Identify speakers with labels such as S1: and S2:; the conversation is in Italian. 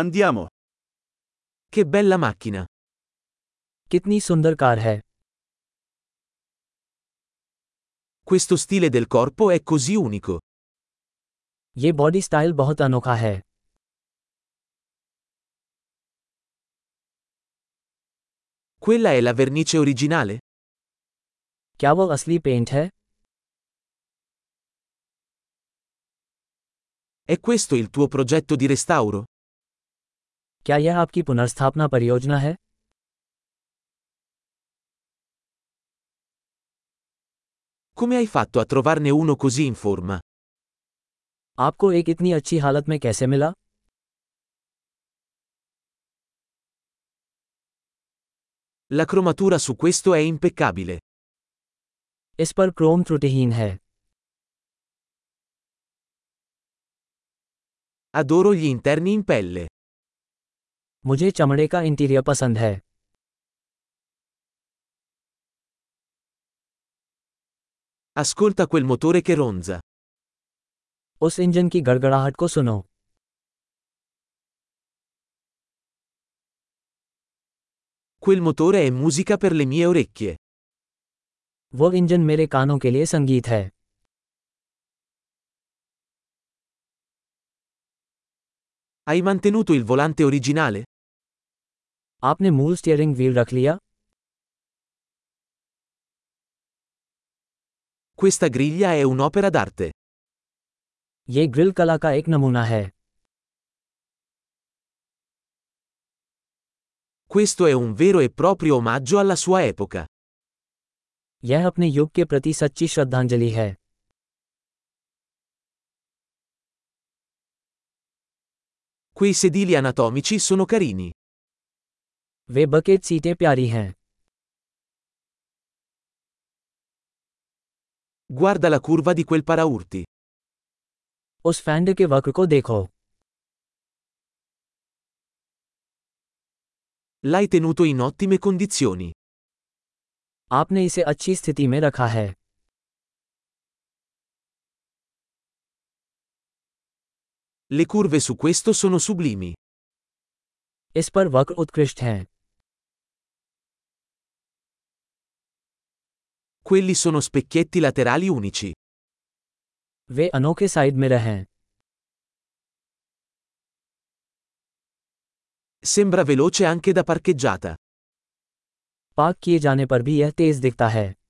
S1: Andiamo. Che bella macchina.
S2: कितनी सुंदर car है
S1: Questo stile del corpo è così unico.
S2: ये बॉडी स्टाइल बहुत अनोखा है
S1: Quella è la vernice originale?
S2: क्या वो असली पेंट है
S1: È questo il tuo progetto di restauro?
S2: क्या यह आपकी पुनर्स्थापना परियोजना है
S1: Come hai fatto a trovarne uno così in forma?
S2: आपको एक इतनी अच्छी हालत में कैसे मिला
S1: La cromatura su questo è impeccabile.
S2: इस पर क्रोम त्रुटिहीन है
S1: Adoro gli interni in pelle.
S2: मुझे चमड़े का इंटीरियर पसंद है
S1: Ascolta quel motore che ronza.
S2: उस इंजन की गड़गड़ाहट को सुनो
S1: Quel motore è musica per le mie orecchie.
S2: वो इंजन मेरे कानों के लिए संगीत है
S1: Hai mantenuto il volante originale?
S2: आपने मूल स्टीयरिंग व्हील रख लिया
S1: Questa griglia è un'opera d'arte.
S2: ये ग्रिल कला का एक नमूना है
S1: Questo è un vero e proprio omaggio alla sua epoca.
S2: यह अपने युग के प्रति सच्ची श्रद्धांजलि है
S1: Quei sedili anatomici sono carini.
S2: वे बकेट सीटें प्यारी हैं
S1: Guarda la curva di quel paraurti.
S2: उस फैंड के वक्र को देखो
S1: L'hai tenuto in ottime condizioni.
S2: आपने इसे अच्छी स्थिति में रखा है
S1: Le curve su questo sono sublimi.
S2: इस पर वक्र उत्कृष्ट हैं
S1: Quelli sono specchietti laterali unici.
S2: वे अनोखे साइड मिरर हैं
S1: Sembra veloce anche da parcheggiata.
S2: Park किए जाने पर भी यह तेज दिखता है